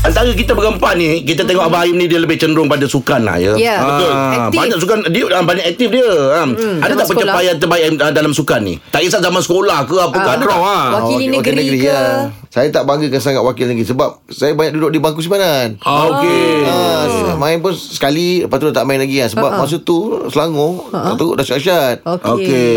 Antara kita berempat ni Kita tengok Hmm. Abang Aim ni Dia lebih cenderung pada sukan lah ya Ya. Betul. Aktif. Banyak sukan Dia ah, banyak aktif dia ha. Hmm, Ada zaman tak pencapaian terbaik Aim, ah, dalam sukan ni? Tak kisah zaman sekolah ke Ah, apa ke Ada tak? ha. Wakili Wakil- wakil ya. negeri ke? Saya tak banggakan sangat wakil negeri sebab saya banyak duduk di Oh. bangku simpanan. Ah, Okey Ha, main pun sekali lepas tu tak main lagi kan sebab uh-huh. masa tu Selangor uh-huh. tak teruk dahsyat-dahsyat. Okey. Okey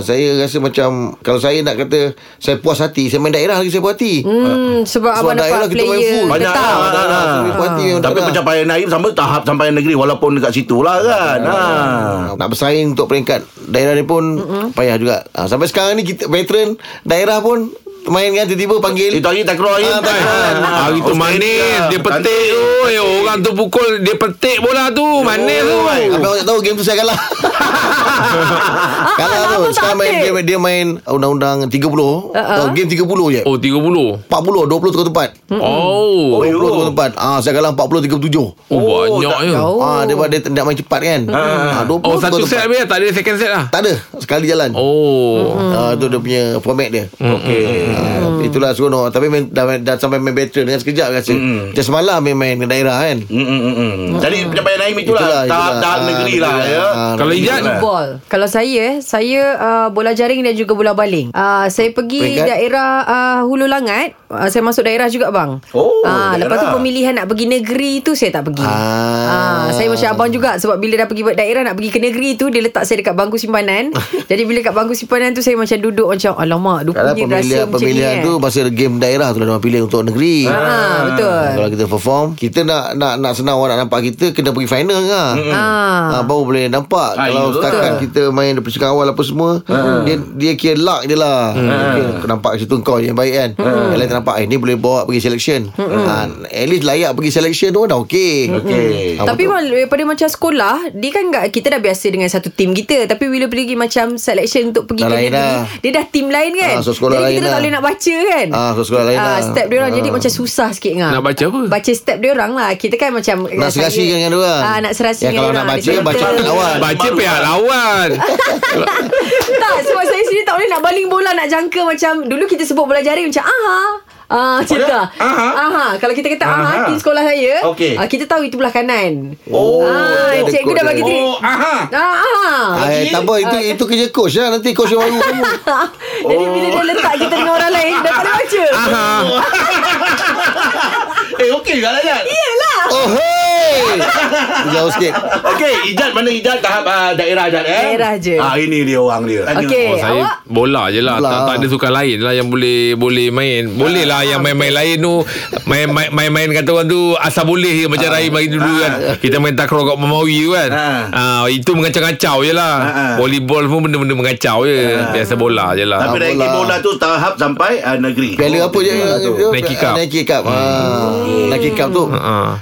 Ha, saya rasa macam kalau saya nak kata saya puas hati, saya main daerah lagi saya puas hati. Ah, Hmm, sebab abang dapat player Banyak tetap. lah. Ha. Tapi pencapaian Aim Sampai tahap sampai negeri Walaupun dekat situ lah kan Ah, ha. Ha. Nak bersaing untuk peringkat daerah ni pun mm-hmm. payah juga. Ha, sampai sekarang ni kita veteran daerah pun main kan tiba-tiba panggil Itu hari tak keluar Aim Ah, tak keluar. Ah, Hari tu Australia. manis Dia petik tu Eh, Orang tu pukul Dia petik bola tu Oh. Manis tu Abang tak tahu game tu saya kalah. kalah tu. abang tak Sekarang main update. Uh-uh. game dia main oh, undang-undang 30. Uh-huh. Game 30 je. Oh 40 20 30 tukar tempat. Oh 20 tukar tempat. Ah saya kalah 40 37. Oh banyak tak je jauh. Ah dia dia nak main cepat kan. Uh-huh. Ah 20 Oh tukar satu set tempat. habis lah, Tak ada second set lah Tak ada. Sekali jalan. Oh Ah tu dia punya format dia. Hmm, Okey. Ah, itulah seronok. Tapi main, dah, dah sampai main veteran dengan sekejap rasa. Hmm, Macam semalam main main ke daerah kan. Mm, mm, mm, mm. Jadi Ah. pencapaian Aim itulah, Tahap-tahap Ah, negeri betul lah ya Ah, Kalau Ijat Ball. Kalau saya, eh, saya uh, bola jaring dan juga bola baling. Uh, saya pergi Peringkat? daerah uh, Hulu Langat. Uh, saya masuk daerah juga bang. Oh, Ah, daerah. lepas tu pemilihan nak pergi negeri tu saya tak pergi. Ah, Ah. saya macam abang juga sebab bila dah pergi daerah nak pergi ke negeri tu dia letak saya dekat bangku simpanan. Jadi bila kat bangku simpanan tu saya macam duduk macam alamak rupanya Kadang pemilihan rasa macam ni. pemilihan eh. tu masa game daerah tu lah orang pilih untuk negeri. Ah, betul. Kalau kita perform, kita nak nak nak senang orang nak nampak kita kena pergi final lah. Ah. Ah, baru boleh nampak Ah, Kalau betul. setakat kita main Dari persukan awal apa semua Dia dia kira luck je lah Dia kira Nampak situ kau yang baik kan Yang lain tak nampak Eh ni boleh bawa pergi selection Ah, At least layak pergi selection tu Dah okey Okey. Ah, Tapi betul. mal, daripada macam sekolah Dia kan gak, kita dah biasa dengan satu tim kita Tapi bila pergi macam selection untuk pergi Dah ke lain negeri dah. Dia dah tim lain kan Ah, so sekolah Jadi lain kita dah dah. tak boleh nak baca kan Ah, so sekolah lain Ah, dah. Step dia orang jadi Ah. macam susah sikit ngah. Nak baca apa? Baca step dia orang lah Kita kan macam Nak serasi dengan dia orang ah, Nak serasi Ya, dengan kalau dia nak orang. baca Dia Baca kata- lawan Baca pihak lawan Tak sebab saya sendiri tak boleh nak baling bola Nak jangka macam Dulu kita sebut bola jaring macam Aha Ah, macam tu. Aha. Aha. Kalau kita kata Aha. aha, tim sekolah saya, Okey. ah, kita tahu itu belah kanan. Oh. Ah, Ada cikgu kod dah dia. bagi trik. Oh aha Ah, ah. Ah, Okey. tak apa itu itu kerja coach lah nanti coach yang baru kamu. Jadi bila dia letak kita dengan orang lain Dah tak boleh baca Eh okey kan Aizat Oh hey. Jauh sikit. Okey, Ijat mana Ijat tahap uh, daerah Ijat eh? Daerah je. Ah ini dia orang dia. Tanya. Okey Oh saya Eh, awak bola je lah Bola. tak, tak ada sukan lain lah Yang boleh boleh main Boleh lah yang main-main lain tu main- main- Main-main kata orang tu Asal boleh je Macam Rahim bagi dulu kan Kita main takraw kat Mamawi tu kan Ah, Itu mengacau-ngacau je lah Volleyball pun benda-benda mengacau je Biasa bola je lah Tapi bola. ranking bola tu tahap sampai uh, negeri. Piala apa je tu? tu? Oh, Nike Cup. Ha, Nike Cup. Ha. Nike Cup tu.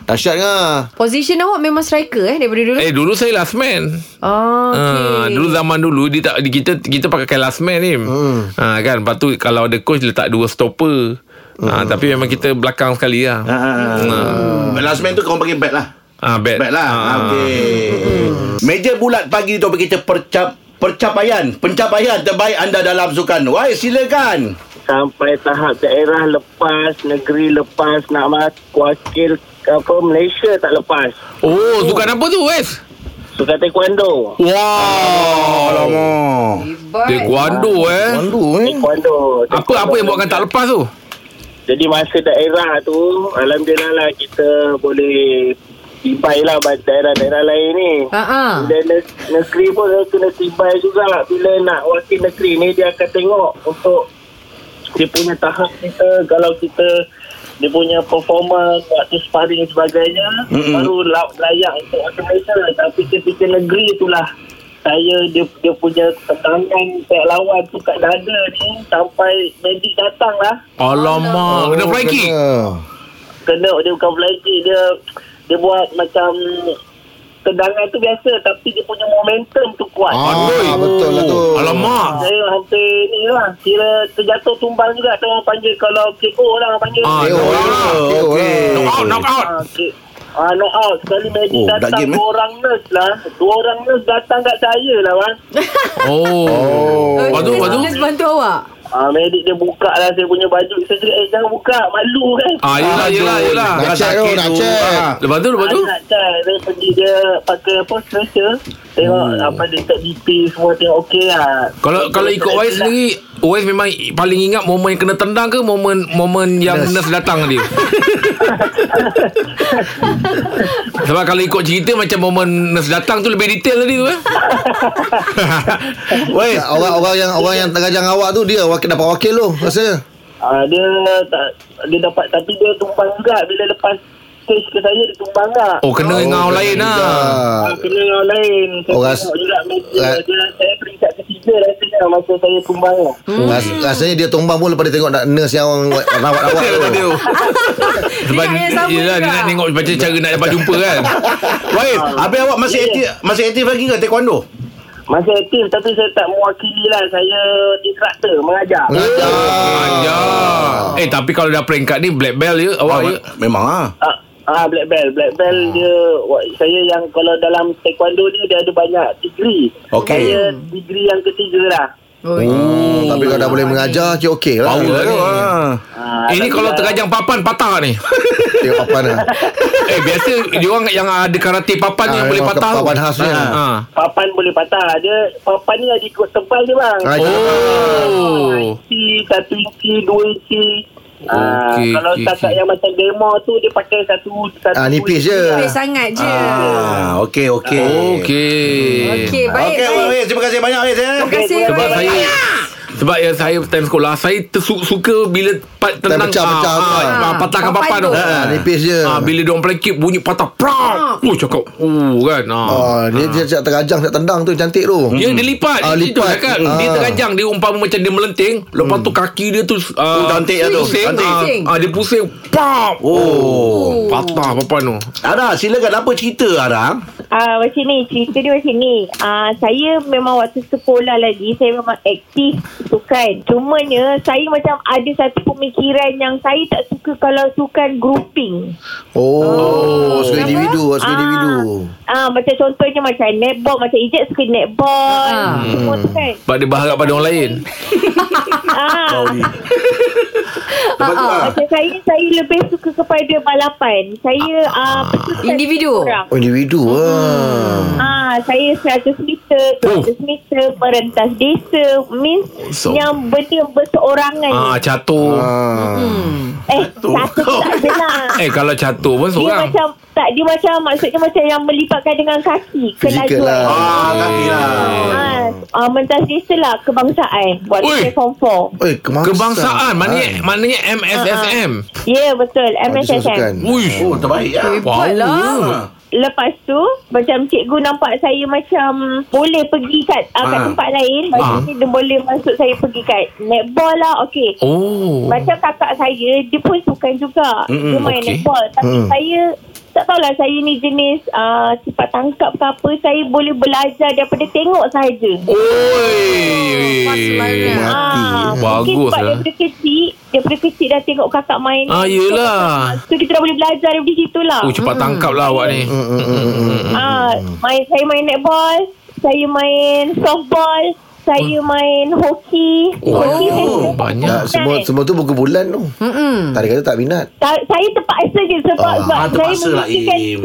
Dahsyat ngah. Position awak memang striker eh Daripada dulu Ah. Eh dulu saya last man Oh Ah, okay. dulu zaman dulu dia tak di- kita kita pakai last man ni. Hmm. Ah, kan lepas tu kalau ada coach letak dua stopper. Ah, tapi memang kita belakang sekali lah. Ha. Hmm. Last man tu kau panggil bet lah. Ah, bet. Bet lah. Ah. Okey. Hmm. Meja bulat pagi tu kita percap percapaian, pencapaian terbaik anda dalam sukan. Wai silakan. sampai tahap daerah lepas, negeri lepas, nak mas wakil apa Malaysia tak lepas. Oh, sukan apa tu, Wes? Suka taekwondo. Wow. Alamak. Hebat. Taekwondo eh. Pandu eh. Taekwondo. Apa apa yang buatkan tak lepas tu? Jadi masa daerah tu, alhamdulillah lah kita boleh tibai lah ba- daerah-daerah lain ni. Ah, ah. Bila ne- negeri pun dia kena tibai juga. Bila nak wakil negeri ni, dia akan tengok untuk dia punya tahap kita. Kalau kita dia punya performa waktu sparring dan sebagainya mm baru la- layak untuk wakil Malaysia tapi ketika negeri itulah saya dia, dia punya ketangan pihak lawan tu kat dada ni sampai medik datang lah Alamak, kena fly kick. kena dia bukan flaky dia dia buat macam tendangan tu biasa tapi dia punya momentum tu kuat. Ah, betul lah tu. Alamak. Saya hampir ni lah kira terjatuh tumbang juga tu orang panggil kalau KO lah orang panggil. Ah, Eh, no oh, out. eh, oh, eh. Knock out, knock out. Ah, okay. Ah, no out. Sekali Magic Oh, oh, dah datang game, eh? dua orang nurse lah. Dua orang nurse datang kat saya lah, bang. Oh. Lepas tu, lepas tu. Nurse bantu awak Ah, medik dia buka lah saya punya baju. Saya cakap, eh jangan buka. Malu kan. Ah, yelah, yelah, yelah. Nak Dah check tu, sakit nak tu. check. Ah, Lepas tu, lepas tu. Anak kan Dia pergi dia Pakai apa Stretcher Tengok Oh. apa Dia tak DP Semua tengok okey lah Kalau kalau ikut Wais sendiri Wais memang paling ingat momen yang kena tendang ke momen momen yang nurse datang dia. Sebab kalau ikut cerita macam momen nurse datang tu lebih detail tadi tu eh. Weh, orang-orang yang Ya, orang yang terajang awak tu dia wakil dapat wakil lu rasanya. Ah, Dia tak Dia dapat Tapi dia tumbang juga Bila lepas Stage ke saya Dia tumbang juga Oh kena oh, dengan orang lain lah. Ah, Kena yang lain Saya Oh, oh, ras- tengok juga media ras- dia, Saya peringkat ketiga Rasanya Masa saya tumbang lah. Ras, rasanya dia tumbang pun lepas dia tengok nak nurse yang orang rawat-rawat Betul lah tu. tu. Sebab Dia nak yang sama yelah, dia juga. nak tengok macam cara nak dapat jumpa kan. Wahid, habis awak masih aktif masih aktif lagi ke taekwondo? Masih aktif Tapi saya tak mewakili lah Saya Instructor Mengajar Ajar. Eh tapi kalau dah peringkat ni black belt je awak ya? je. Memang ah. Ah, ah black belt, black belt dia wa- saya yang kalau dalam taekwondo ni dia ada banyak degree. Okey. Saya degree yang ketiga lah. Oi. Oh, tapi kalau dah boleh mengajar cik okey lah. Power. Power lah ni. lah. Ah, Ini tapi kalau dah- terkajang papan patah ni. Tengok papan lah. Eh biasa dia orang yang ada karate papan Ah, yang boleh memang patah. tu. papan Ah. khasnya. Ha. papan boleh patah. Dia papan ni ada ikut tebal dia bang. Ah, Oh. Inci, satu inci, dua inci. Ah, Okey, kalau okey, setakat okey. yang macam demo tu dia pakai satu satu. Ah, nipis dua inci. je. Baik sangat je. Ah, okey okey. Oh. Okey. Okey, baik. Okey, baik. Wahid, terima kasih banyak Wahid. eh. Terima kasih. Sebab baik. saya sebab yang saya time sekolah saya tersu- suka bila pa, tentang pecah-pecah ah, tu ah, lah. ah, patahkan Papan papan tu. tu. Ah, nipis je. Ah bila dia orang play kick bunyi patah prang. Oh cakap. Oh kan. Ah. Oh, dia dia cakap terajang nak tendang tu cantik tu. Dia dia lipat Ah, ah, Itu lipat. cakap Dia Ah. Hmm. terkajang Dia umpama macam dia melenting Lepas tu kaki dia tu uh, Oh, cantik lah tu. pusing, Cantik. ah, ah, Dia pusing Pop Oh. Patah papan tu Ara, silakan apa cerita Ara? Ah macam ni cerita dia macam ni. Ah saya memang waktu sekolah lagi saya memang aktif sukan. Cumanya saya macam ada satu pemikiran yang saya tak suka kalau sukan grouping. Oh, suka individu, suka individu. Ah macam contohnya macam netball macam Ejek suka netball. Ah. Ah. Semua tu kan. Sebab dia berharap pada orang lain Ah Lepas tu ah. macam saya saya lebih suka kepada balapan. Saya ah bersukan Individu. dengan orang. Oh, individu. Ah. Ah, saya 100 meter, 200 Oh. meter, merentas desa, means So- so. yang benda berseorangan. ah, Ah, Catur Ah. eh, satu tak ada lah. Eh kalau catur pun Dia seorang macam tak dia macam maksudnya macam yang melipatkan dengan kaki Fizikal lah. Ah, kaki lah. Ah, ah, mentas desa lah kebangsaan buat Ui. saya form 4. Eh, kebangsaan. Kebangsaan Maknanya, Ah. maknanya MSSM Ya, yeah, betul. Ada sukan-sukan. MSSM. Uish Oh, terbaik ah. Wow Hebat lah. Ah. Lepas tu Macam cikgu nampak saya macam Boleh pergi kat, uh, kat Ah. tempat lain Maksudnya dia boleh masuk saya pergi kat Netball lah Okay Oh Macam kakak saya Dia pun sukan juga Mm-mm, Mm-mm, Dia main okey. okay. netball Tapi Mm. mm. saya Tak tahulah saya ni jenis uh, Sifat tangkap ke apa Saya boleh belajar Daripada tengok sahaja Eh. Oi Masalahnya. Ah, Bagus mungkin sebab lah. daripada kecil Daripada kecil dah tengok kakak main Ah yelah So kita dah boleh belajar Daripada situ lah Oh cepat tangkap lah awak ni Mm, mm, mm, mm, mm. Ah, main saya main netball, saya main softball, saya main hoki. Oh, Hoki saya oh, suka. kan? banyak. Ya, semua semua tu buku bulan tu. Mm-mm. Tak ada kata tak minat. Ta- saya terpaksa je sebab Ah, sebab saya terpaksa lah, memikirkan Im.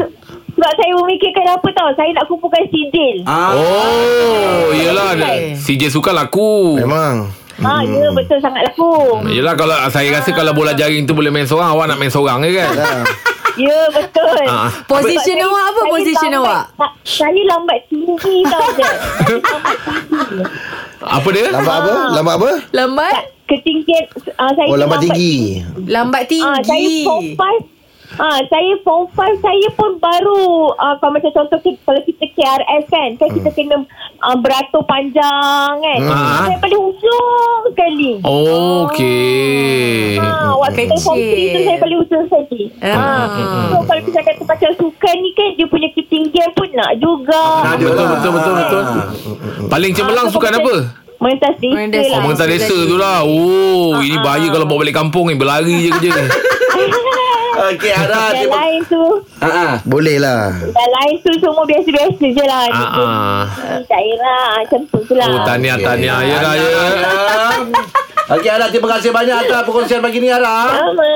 sebab saya memikirkan apa tau, saya nak kumpulkan sijil. Ah. Ah, Oh Yelah Okey. CJ suka laku Memang. ya betul sangat laku. Yelah kalau saya rasa Ah. kalau bola jaring tu boleh main seorang awak nak main seorang je kan. Ah. Ya betul. Ah. Position Sebab awak saya- apa saya position lambat- awak? tak- Saya lambat tinggi tau je. Saya lambat tinggi. Apa dia? Lambat apa? Lambat apa? Lambat? Ketinggian ah, saya Oh, tu lambat tinggi. Lambat Ah, saya tinggi. form 5 Ah, saya form 5 saya pun baru ah, kalau macam contoh kita, kalau kita KRS kan kan kita kena ah, beratur panjang kan Ah. saya paling hujung sekali Oh, okey. Ah, waktu saya form Kecil. 3 tu saya paling hujung sekali Ah. ah. so kalau kita kata pasal sukan ni kan dia punya ketinggian pun nak juga Nak dia Betul lah. betul betul betul. Ah. Paling cemerlang so sukan kalau apa? Merentas desa Merentas lah Oh, mengentas Ah, desa tu lah. Oh, ini bahaya kalau bawa balik kampung ni berlari je kerja ni. Okey Ara. Yang Terima lain tu Ha ah. Boleh lah Yang lain tu semua biasa-biasa je lah Ah, ah. Daerah Macam tu je lah Oh tahniah Okey. tahniah Ya dah ya Okey Ara, terima kasih banyak atas perkongsian pagi ni Ara. Sama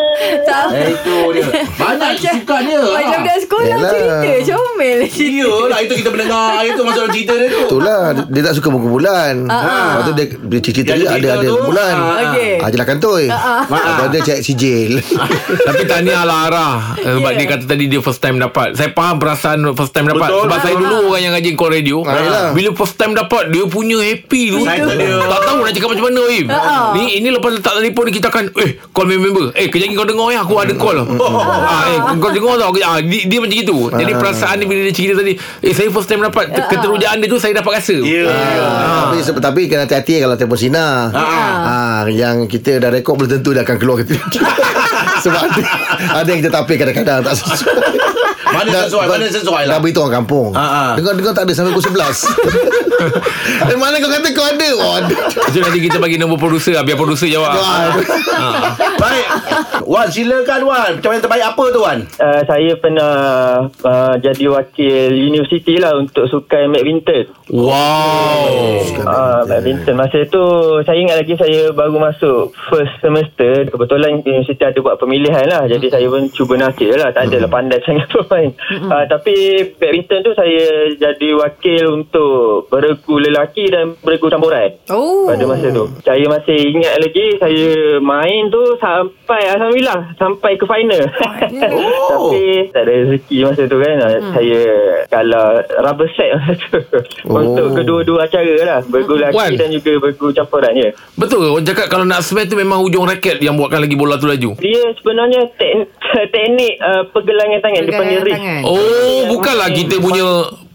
Tak Eh, itu dia. Banyak suka dia. Macam Ara. dah sekolah Yelah. cerita Comel Iyalah itu kita mendengar itu masuk dalam cerita dia tu. Itulah lah. dia, dia tak suka kumpulan. Lepas tu dia dia cerita Dia dia, ada ada cerita ada tu. kumpulan. Ah. Okey. Ah jelah kantoi. Ah, ah. Lepas tu dia cek sijil. Tapi tahniah lah Ara Eh, Sebab Yeah. dia kata tadi Dia first time dapat Saya faham perasaan First time dapat Betul. Sebab saya Ah. dulu Orang yang ngaji call radio Ah, yelah. Bila first time dapat Dia punya happy tu Excited dia. Tak tahu nak cakap macam mana Im. Ni ini lepas letak telefon ni, Kita akan Eh call my member Eh kejap lagi kau dengar ya Aku ada call ah, eh, Kau dengar tau ah, dia, dia macam itu Jadi perasaan dia Bila dia cerita tadi Eh saya first time dapat Keterujaan dia tu Saya dapat rasa Ya. Ah. Tapi se- tapi kena hati-hati kalau telefon Sina. Ah yang kita dah rekod belum tentu dia akan keluar ke tidak. Sebab ada, ada yang kita tapik kadang-kadang tak sesuai. Mana Dah- sesuai, mana sesuai lah. Dah beritahu orang kampung. Ah, ah. Dengar-dengar tak ada sampai pukul 11. Dan mana kau kata kau ada? Oh, ada. Itu nanti kita bagi nombor producer lah, Biar producer jawab Ah. Baik. Wan silakan Wan. Macam yang terbaik apa tu Wan? Uh, saya pernah uh, jadi wakil universiti lah untuk sukan badminton. Wow Ah, badminton masa tu saya ingat lagi saya baru masuk first semester kebetulan universiti ada buat pemilihan lah jadi saya pun cuba nasib je lah tak adalah pandai sangat bermain Ah, tapi badminton tu saya jadi wakil untuk beregu lelaki dan beregu campuran Oh pada masa tu saya masih ingat lagi saya main tu sampai alhamdulillah sampai ke final Oh. tapi tak ada rezeki masa tu kan hmm. saya kalah rubber set masa tu Oh. oh. untuk kedua-dua acara lah bergu Wan. lelaki dan juga bergu campuran ya Betul ke? Orang cakap kalau nak smash tu memang hujung raket yang buatkan lagi bola tu laju. dia sebenarnya tek- teknik uh, pergelangan tangan dia panggil wrist tangan Oh, bukanlah kita punya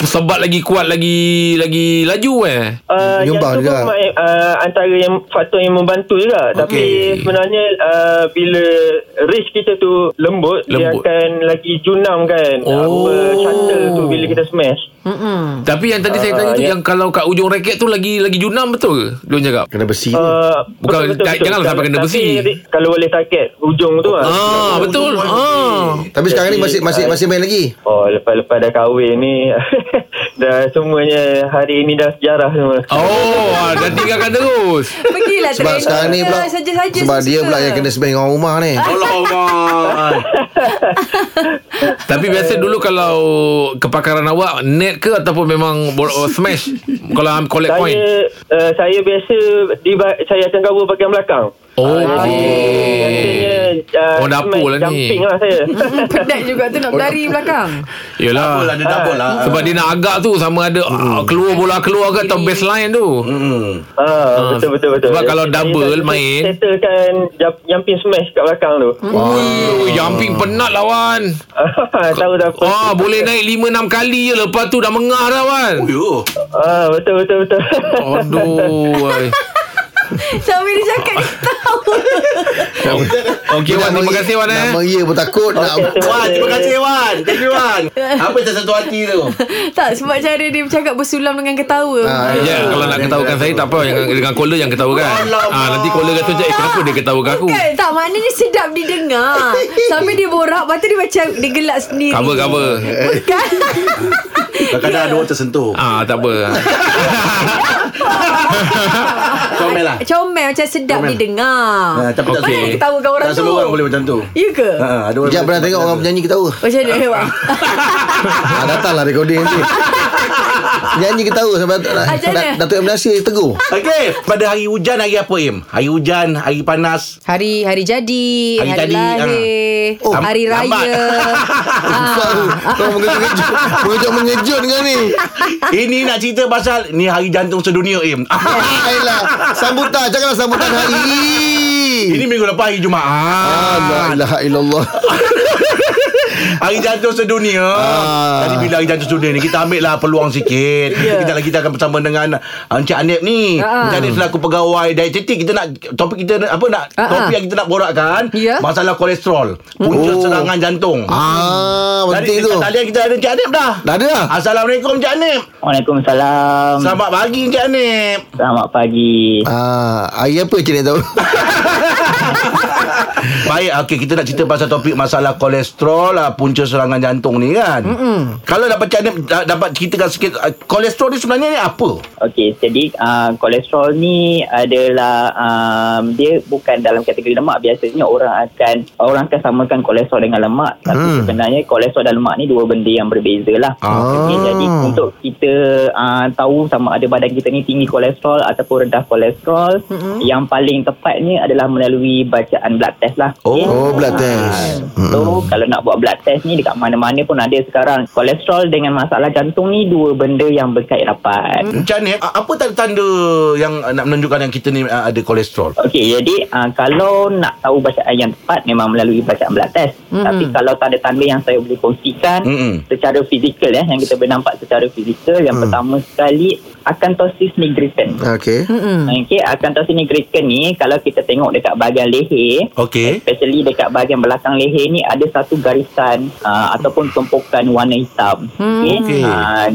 sebat lagi kuat lagi lagi laju eh. Uh, yang Menyumbang tu juga. pun mai- uh, antara yang faktor yang membantu juga okay. tapi sebenarnya uh, bila wrist kita tu lembut, dia Lembut. akan lagi junam kan Oh. apa shuttle tu bila kita smash Tapi yang tadi saya Ah, tanya tu ya. yang kalau kat ujung raket tu lagi lagi junam betul ke? Dia orang cakap. Kena besi. Ah. Uh, Bukan, tak- janganlah sampai kena Tapi, besi. ri- Kalau boleh target hujung tu lah. Ah, betul. Ah. Tapi sekarang ni Jadi, masih masih ah, masih main lagi. Oh, lepas-lepas dah kahwin ni dah semuanya hari ini dah sejarah semua. Oh, ah, dah tinggalkan terus. Pergilah Sebab training sekarang ni lah, pula Saja-saja Sebab dia suka. pula yang kena sembang orang rumah ni Allah Wan. Tapi biasa dulu kalau kepakaran awak net ke ataupun memang bol- oh, smash kalau am- collect point. Saya uh, saya biasa di ba- saya akan cover bahagian belakang. Oh. Biasanya uh, Oh, dapur lah ni. jumping lah saya. Penat juga tu nak berlari belakang Yelah. Apalah dia double lah. Sebab dia nak agak tu sama ada ah, keluar bola keluar ke atau baseline tu. Hmm. Ah, betul betul betul. Sebab kalau Jadi, double saya main. Settlekan jump- jumping smash kat belakang tu. Hmm. Wow. Jumping penat lawan. Tahu dah apa. Ah, boleh naik 5 6 kali je lepas tu dah mengah dah wan. Yo. Ah, betul betul betul. Aduh. wai. Sambil dia cakap ni tahu Okey Wan, terima kasih Wan eh. Nama dia pun takut nak Wan, terima Eh. kasih Wan. Thank you Wan. Apa yang satu hati tu? Tak sebab cara dia bercakap Bersulam dengan ketawa Ah, Ya, kalau nak ketawakan saya tak apa yang dengan caller yang ketawakan. Ah, nanti caller kata je, eh, kenapa dia ketawakan aku? Bukan tak Maknanya sedap didengar Sampai dia borak Lepas tu dia macam Dia gelak sendiri Cover cover. Bukan Kadang-kadang ada orang tersentuh. Ah, tak apa. Comel lah. Comel macam sedap Comel. didengar Ah, tapi tak Okey. semua- Dia ketawakan orang Tak semua tu. orang boleh macam tu. Ya ke? Ha, ha, ada orang. Sekejap boleh pernah tengok macam orang tu. penyanyi ketawa Macam mana Wak? ah, Datanglah recording nanti Penyanyi ketawa Sampai Ah, macam mana? Dat- Datuk Ibn Nasir tegur Okey, pada hari hujan hari apa Im? Hari hujan, hari panas. Hari hari jadi Hari Hari, jadi, lahir Oh, Hari lambat. raya Ah. Susah tu Kau mengejut Mengejut mengejut dengan ni Ah. Ini nak cerita pasal ni hari jantung sedunia Im. Ah, Ayolah Ah, Sambutan Janganlah sambutan hari Ah, Ini minggu lepas hari Jumaat. Ah. La ilaha illallah Hari jantung sedunia. Ah. Tadi bila hari jantung sedunia ni kita ambil lah peluang sikit. Kita kita akan bersama dengan Encik Anip ni. Ya. Ah. Encik Anip selaku pegawai dietetik kita nak topik kita apa nak Ah, topik ah. yang kita nak borakkan Ya. masalah kolesterol, punca serangan jantung. Oh. Ah Tadi Penting dekat tu talian kita ada Encik Anip dah. Dah ada lah Assalamualaikum Encik Anip. Waalaikumsalam. Selamat pagi Encik Anip. Selamat pagi. Ah, air apa cik ni tahu? Baik, okey kita nak cerita pasal topik masalah kolesterol, ah, punca serangan jantung ni kan. Mm-mm. Kalau dapat cakap dapat ceritakan sikit ah, kolesterol ni sebenarnya ni apa? Okey, jadi uh, kolesterol ni adalah um, dia bukan dalam kategori lemak. Biasanya orang akan orang akan samakan kolesterol dengan lemak, tapi Hmm. hmm. sebenarnya kolesterol dan lemak ni dua benda yang berbeza lah. Ah. Okey, jadi untuk kita uh, tahu sama ada badan kita ni tinggi kolesterol ataupun rendah kolesterol, hmm. yang paling tepatnya adalah melalui bacaan blood test lah. Okey? Oh, blood Ah, test. So, kalau nak buat blood test ni dekat mana-mana pun ada sekarang. Kolesterol dengan masalah jantung ni dua benda yang berkait rapat. Macam ni, ah, apa tanda-tanda yang ah, nak menunjukkan yang kita ni ah, ada kolesterol? Okey, jadi uh, kalau nak tahu bacaan yang tepat memang melalui bacaan blood test. Mm-mm. Mm-hmm. Tapi kalau tanda-tanda yang saya boleh kongsikan Mm-mm. secara fizikal eh yang kita boleh nampak secara fizikal yang Mm. pertama sekali akantosis nigricans. Okey. Mm-mm. Okey, akantosis nigricans ni kalau kita tengok dekat bahagian leher Okey. Especially dekat bahagian belakang leher ni ada satu garisan uh, ataupun tumpukan warna hitam. Hmm. Okey. Okay. Uh,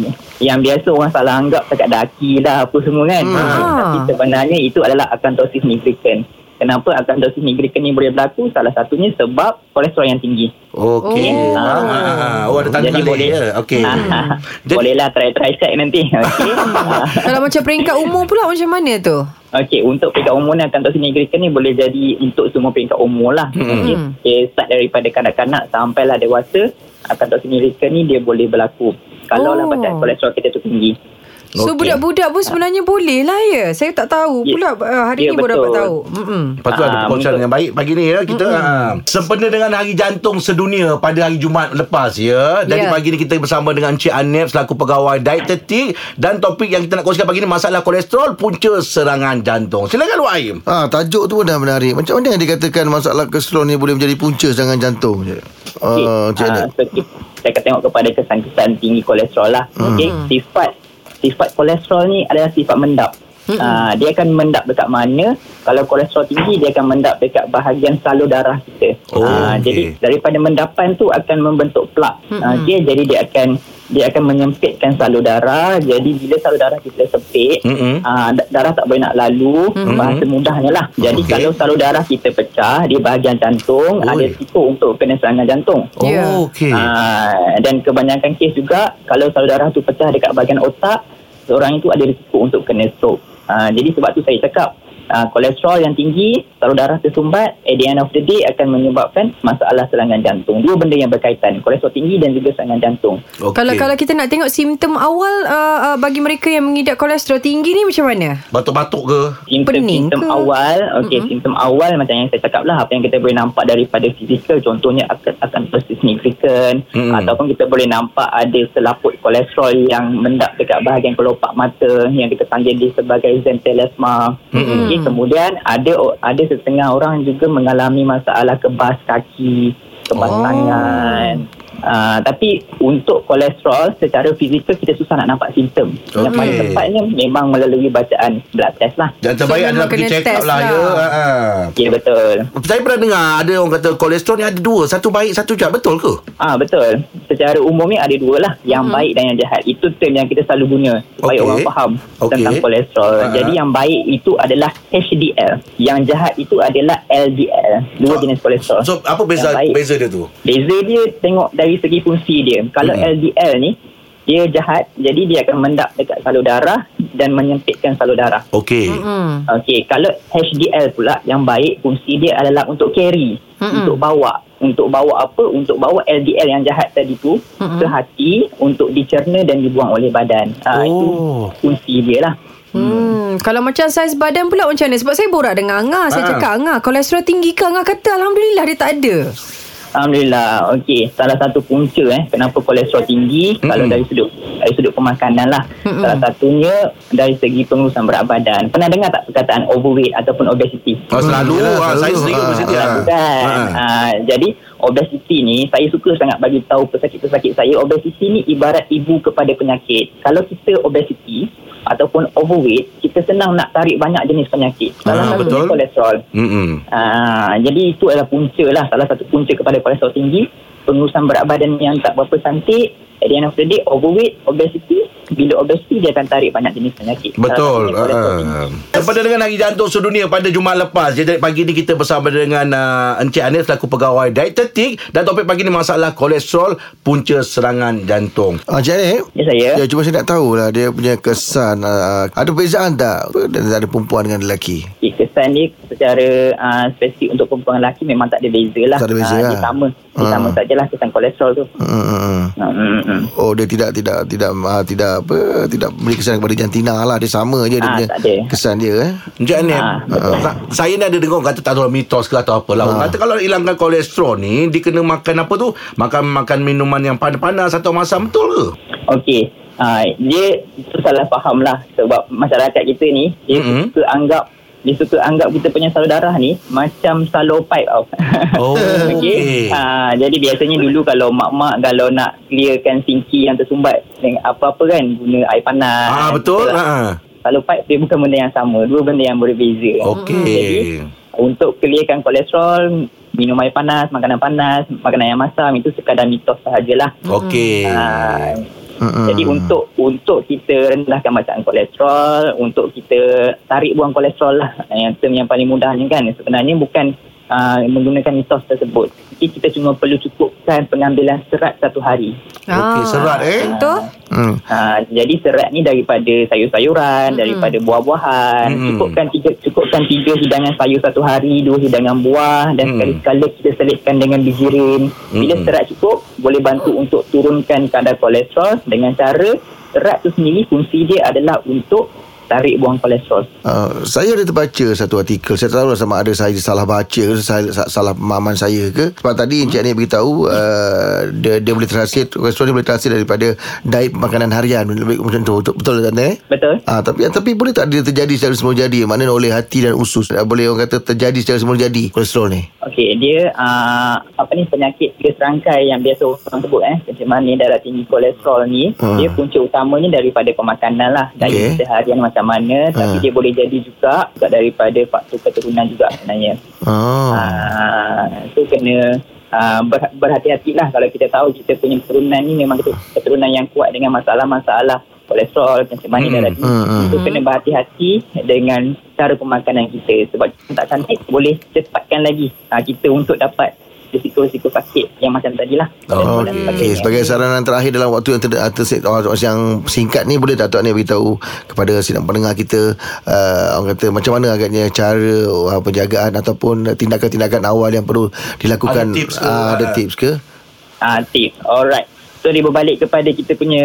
yang biasa orang salah anggap dekat daki lah apa semua kan. Hmm. Tapi sebenarnya itu adalah akantosis nigricans. Kenapa akantosis nigricans ni boleh berlaku? Salah satunya sebab kolesterol yang tinggi. Okey. Oh. Ah, ah, ah. Oh, ada tanda Jadi kat boleh. leher. Okey. Hmm. Jadi- Bolehlah try-try check nanti. Okey. Ah. Kalau macam peringkat umur pula macam mana tu? Okey, untuk peringkat umur ni akantosis nigricans ni boleh jadi untuk semua peringkat umur lah. Hmm. Okey, okay, start daripada kanak-kanak sampailah dewasa, akantosis nigricans ni dia boleh berlaku. Kalau lah Oh. badan kolesterol kita tu tinggi. So Okey. budak-budak pun sebenarnya boleh lah ya. Saya tak tahu Ya. pula ah, hari Ya, ni baru dapat betul. tahu. Mm-mm. Lepas tu ada Ah, perkongsian betul. yang baik pagi ni ya kita. Ha. Sempena dengan Hari Jantung Sedunia pada hari Jumaat lepas ya. Jadi Ya. pagi ni kita bersama dengan Encik Anep selaku pegawai dietetik dan topik yang kita nak kongsikan pagi ni masalah kolesterol punca serangan jantung. Silakan Wak Aim. Ah, tajuk tu pun dah menarik. Macam mana yang dikatakan masalah kolesterol ni boleh menjadi punca serangan jantung je? Okey, Ah, macam mana? ah, so, kita- saya akan tengok kepada kesan-kesan tinggi kolesterol lah. Ah, Hmm. Okey, sifat sifat kolesterol ni adalah sifat mendap. Ah, dia akan mendap dekat mana? Kalau kolesterol tinggi dia akan mendap dekat bahagian salur darah kita. Oh, okey. Ah, jadi daripada mendapan tu akan membentuk plak. Ah, Okey, jadi dia akan dia akan menyempitkan salur darah. Jadi bila salur darah kita sempit, Mm-mm. ah, da- darah tak boleh nak lalu. Bahasa mudahnya lah. Jadi Okey. kalau salur darah kita pecah di bahagian Oi. jantung, ada risiko untuk kena serangan jantung. Ya. Oh, okey. Ah, dan kebanyakan kes juga kalau salur darah tu pecah dekat bahagian otak, seorang itu ada risiko untuk kena stroke. Ah, jadi sebab tu saya cakap ah, kolesterol yang tinggi, salur darah tersumbat, at the end of the day akan menyebabkan masalah serangan jantung. Dua benda yang berkaitan, kolesterol tinggi dan juga serangan jantung. Okey. Kalau kalau kita nak tengok simptom awal uh, uh, bagi mereka yang mengidap kolesterol tinggi ni macam mana? batuk-batuk ke? Pening Simptom-simptom ke? awal Okey, mm-hmm. simptom awal Macam yang saya cakap lah Apa yang kita boleh nampak Daripada fizikal Contohnya akan, akan persis signifikan Mm-mm. mm-hmm. Ataupun kita boleh nampak Ada selaput kolesterol Yang mendap dekat bahagian kelopak mata Yang kita panggil dia sebagai Zentelasma mm-hmm. okay, Kemudian ada ada setengah orang juga Mengalami masalah kebas kaki Kebas Oh. oh. tangan Uh, tapi untuk kolesterol secara fizikal kita susah nak nampak simptom. Okey. Yang paling tepatnya memang melalui bacaan blood test lah. Dan So, terbaik memang adalah pergi kena check up test lah, lah. ya. Ha, Ya betul. ha. Saya pernah dengar ada orang kata kolesterol ni ada dua, satu baik, satu jahat. Betul ke? Ah betul. Secara umumnya ada dua lah, yang hmm. baik dan yang jahat. Itu term yang kita selalu guna supaya Okey. orang faham Okey. tentang kolesterol. Ah. Jadi yang baik itu adalah HDL, yang jahat itu adalah LDL. Dua So- jenis kolesterol. Ah. So apa beza Yang baik. beza dia tu? Beza dia tengok dari segi fungsi dia. Kalau Hmm. LDL ni dia jahat, jadi dia akan mendap dekat salur darah dan menyempitkan salur darah. Okey. Hmm. Okey, kalau HDL pula yang baik fungsi dia adalah untuk carry, Mm-mm. Mm-mm. untuk bawa. Untuk bawa apa? Untuk bawa LDL yang jahat tadi tu Mm-mm. ke hati untuk dicerna dan dibuang oleh badan. Ah oh. itu Oh. fungsi dia lah. Hmm. Kalau macam saiz badan pula macam mana? Sebab saya borak dengan Angah. Saya Ah. cakap Angah kolesterol tinggi ke? Angah kata Alhamdulillah dia tak ada. Alhamdulillah. Okey, salah satu punca eh kenapa kolesterol tinggi mm-hmm. kalau dari sudut dari sudut pemakanan lah. Mm-hmm. Salah satunya dari segi pengurusan berat badan. Pernah dengar tak perkataan overweight ataupun obesity? Oh, selalu, Hmm, yelah, ah, saya selalu. sering Ah, obesity, ah. ah. Kan? Ah. Ha. jadi obesiti ni saya suka sangat bagi tahu pesakit-pesakit saya obesiti ni ibarat ibu kepada penyakit. Kalau kita obesiti ataupun overweight, kita senang nak tarik banyak jenis penyakit. Ah, Salah betul. satunya kolesterol. Mm-mm. Ah, jadi itu adalah punca lah salah satu punca kepada kolesterol tinggi pengurusan berat badan yang tak berapa santik At the end of the day Overweight Obesity Bila obesity Dia akan tarik banyak jenis penyakit Betul. Salah satunya kolesterol Uh, Sempena dengan Hari Jantung Sedunia pada Jumaat lepas. Jadi pagi ni kita bersama dengan uh, Encik Anil selaku pegawai dietetik dan topik pagi ni masalah kolesterol punca serangan jantung. Ah, Cik Anip Ya, saya. Ya cuma saya nak tahulah Dia punya kesan uh, Ada perbezaan tak Dan ada perempuan dengan lelaki Okay, kesan dia secara uh, spesifik untuk perempuan lelaki memang tak ada beza lah. Tak ada beza Ah, lah. Dia sama. Dia Ah. sama sajalah kesan kolesterol tu. Hmm, hmm, hmm. Hmm, hmm, hmm. Oh dia tidak tidak tidak uh, tidak apa tidak beri kesan kepada jantina lah dia sama je dia Ah, punya tak ada. kesan dia eh. Encik Anil, Ah, uh, saya ni ada dengar orang kata tak tahu mitos ke atau apalah. Orang kata kalau nak hilangkan kolesterol ni, dia kena makan apa tu? Makan makan minuman yang panas-panas atau masam betul ke? Okey. Uh, dia itu salah faham lah sebab masyarakat kita ni dia Mm-mm. mm-hmm. suka anggap dia suka anggap kita punya sel darah ni macam salo pipe tau. Oh, okey. Okey. Ah, jadi biasanya dulu kalau mak-mak kalau nak clearkan sinki yang tersumbat dengan apa-apa kan guna air panas. Ah betul. Lah. Ha. Salo pipe dia bukan benda yang sama. Dua benda yang berbeza. Oh, Hmm, Jadi Okey. untuk clearkan kolesterol minum air panas makanan panas makanan yang masam itu sekadar mitos sahajalah Okey. Ah, Mm-mm. jadi untuk untuk kita rendahkan bacaan kolesterol, untuk kita tarik buang kolesterol lah yang term yang paling mudahnya kan sebenarnya bukan uh, menggunakan mitos tersebut. Jadi kita cuma perlu cukupkan pengambilan serat satu hari. Okey, serat eh. Ah, Betul? Hmm. Uh, jadi serat ni daripada sayur-sayuran, mm-hmm. daripada buah-buahan. Mm-mm. Mm-hmm. Cukupkan tiga cukupkan tiga hidangan sayur satu hari, dua hidangan buah dan Mm. sekali-sekala kita selitkan dengan biji rin. Bila Mm-mm. serat cukup, boleh bantu untuk turunkan kadar kolesterol dengan cara serat tu sendiri fungsi dia adalah untuk tarik buang kolesterol. Uh, saya ada terbaca satu artikel Saya tak tahu lah sama ada saya salah baca ke saya, sa- Salah pemahaman saya ke Sebab tadi Encik Anik beritahu uh, dia, dia boleh translate Restoran dia boleh translate daripada Diet makanan harian Lebih macam tu Betul- Betul tak eh? Betul? Ah, tapi tapi boleh tak dia terjadi secara semula jadi Maknanya oleh hati dan usus Ah, Boleh orang kata terjadi secara semula jadi Kolesterol ni Okey, dia uh, apa ni penyakit tiga serangkai yang biasa orang sebut eh, pencemaran ni darah tinggi kolesterol ni, Hmm. hmm. dia punca utamanya daripada pemakanan lah. Dari Okey. okay. seharian macam mana, tapi Hmm. dia boleh jadi juga, juga daripada faktor keturunan juga sebenarnya. oh. Ah, so kena uh, ber, berhati-hatilah kalau kita tahu kita punya keturunan ni memang ketu- keturunan yang kuat dengan masalah-masalah kolesterol, kencing manis dan lain-lain. Hmm, hmm. So Mm-hmm. kena berhati-hati dengan cara pemakanan kita sebab kita tak cantik boleh cepatkan lagi uh, kita untuk dapat risiko-risiko sakit yang macam tadilah. Oh, Dan Okey, sebagainya. sebagai saranan terakhir dalam waktu yang ter, ter, ter, yang singkat ni boleh tak Tok Nek beritahu kepada sidang pendengar kita uh, orang kata macam mana agaknya cara uh, penjagaan ataupun tindakan-tindakan awal yang perlu Ada dilakukan tips ke? Ah, ada tips ke? Ah, tip. Alright. So dia berbalik kepada kita punya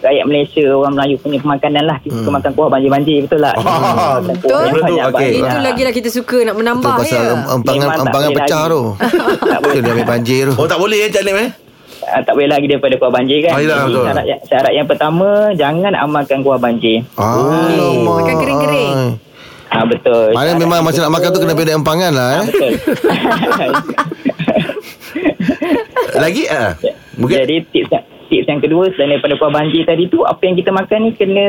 rakyat Malaysia, orang Melayu punya pemakanan lah. Kita suka makan kuah banjir-banjir betul tak? Hmm. Hmm. Ah, Makan betul. kuah lah. Betul, yang okey. banyak-banyak. Eh, Itu lagilah kita suka nak Tu menambah pasal ya. em- empangan Memang tak empangan boleh pecah lagi. tu. Tak Tu boleh. dia ambil banjir tu. Oh tak boleh eh Encik Anil eh? Ah, tak boleh lagi daripada kuah banjir kan. Ah, yelah, Jadi, betul. syarat, yang- syarat yang pertama, jangan amalkan kuah banjir. Oh. Alamak. makan kering-kering. Ah, betul. Mana Syarat memang yang masa nak makan tu kedua- kena pilih empangan lah eh. Betul. Lagi ah. Mungkin Jadi tips yang, tips yang kedua selain daripada kuah banjir tadi tu, apa yang kita makan ni kena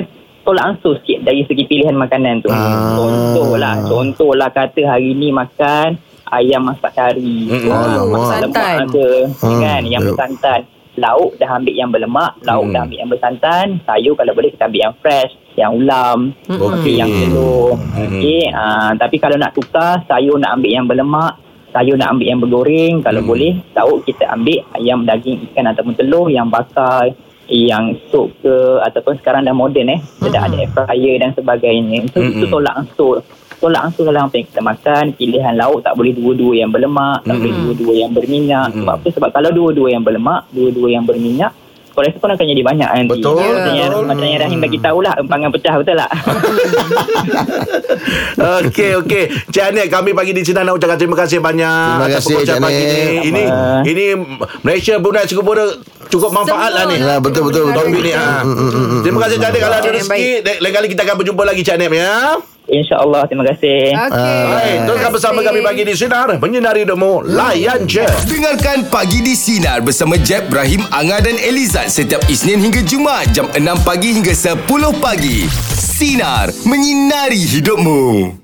tolak ansur sikit dari segi pilihan makanan tu. Ah. Contohlah, contohlah kata hari ni makan ayam masak kari. Oh, Mm-mm. Lemak Bersantan. ada, Hmm. kan, yang Yep. bersantan. Lauk dah ambil yang berlemak, lauk Hmm. dah ambil yang bersantan, sayur kalau boleh kita ambil yang fresh, yang ulam, Hmm. Okey. Hmm, yang telur. Mm-mm. Okey, ah, tapi kalau nak tukar, sayur nak ambil yang berlemak, sayur nak ambil yang bergoreng, kalau Hmm. boleh lauk kita ambil ayam, daging, ikan ataupun telur yang bakar, yang sup ke ataupun sekarang dah moden eh. Kita dah ada air fryer dan sebagainya. So, Mm-mm. itu tolak ansur. Tolak ansur dalam apa yang kita makan, pilihan lauk tak boleh dua-dua yang berlemak, tak boleh dua-dua yang berminyak. Sebab apa? Sebab kalau dua-dua yang berlemak, dua-dua yang berminyak, kolesterol akan jadi banyak nanti. Betul, Macam yang, betul. macam yang Rahim bagi tahulah, empangan pecah betul tak? Okey okey. Cik Anil kami pagi di sini nak ucapkan terima kasih banyak Terima kasih, perkongsian Cik pagi ni. Anil. Ini Sama. ini Malaysia Brunei Singapura cukup manfaat lah ni. Semua. Lah betul betul. betul. Topik ni ah. Mm, Terima kasih Cik Anil kalau ada Okey, rezeki baik. lain kali kita akan berjumpa lagi Cik Anil ya. InsyaAllah, terima kasih. Okey. Ah, Baik, teruskan bersama kami pagi di sinar menyinari demo layan je. Dengarkan Pagi di Sinar bersama Jeb, Ibrahim, Anga dan Elizad setiap Isnin hingga Jumaat jam 6 pagi hingga 10 pagi. Sinar. Menyinari hidupmu.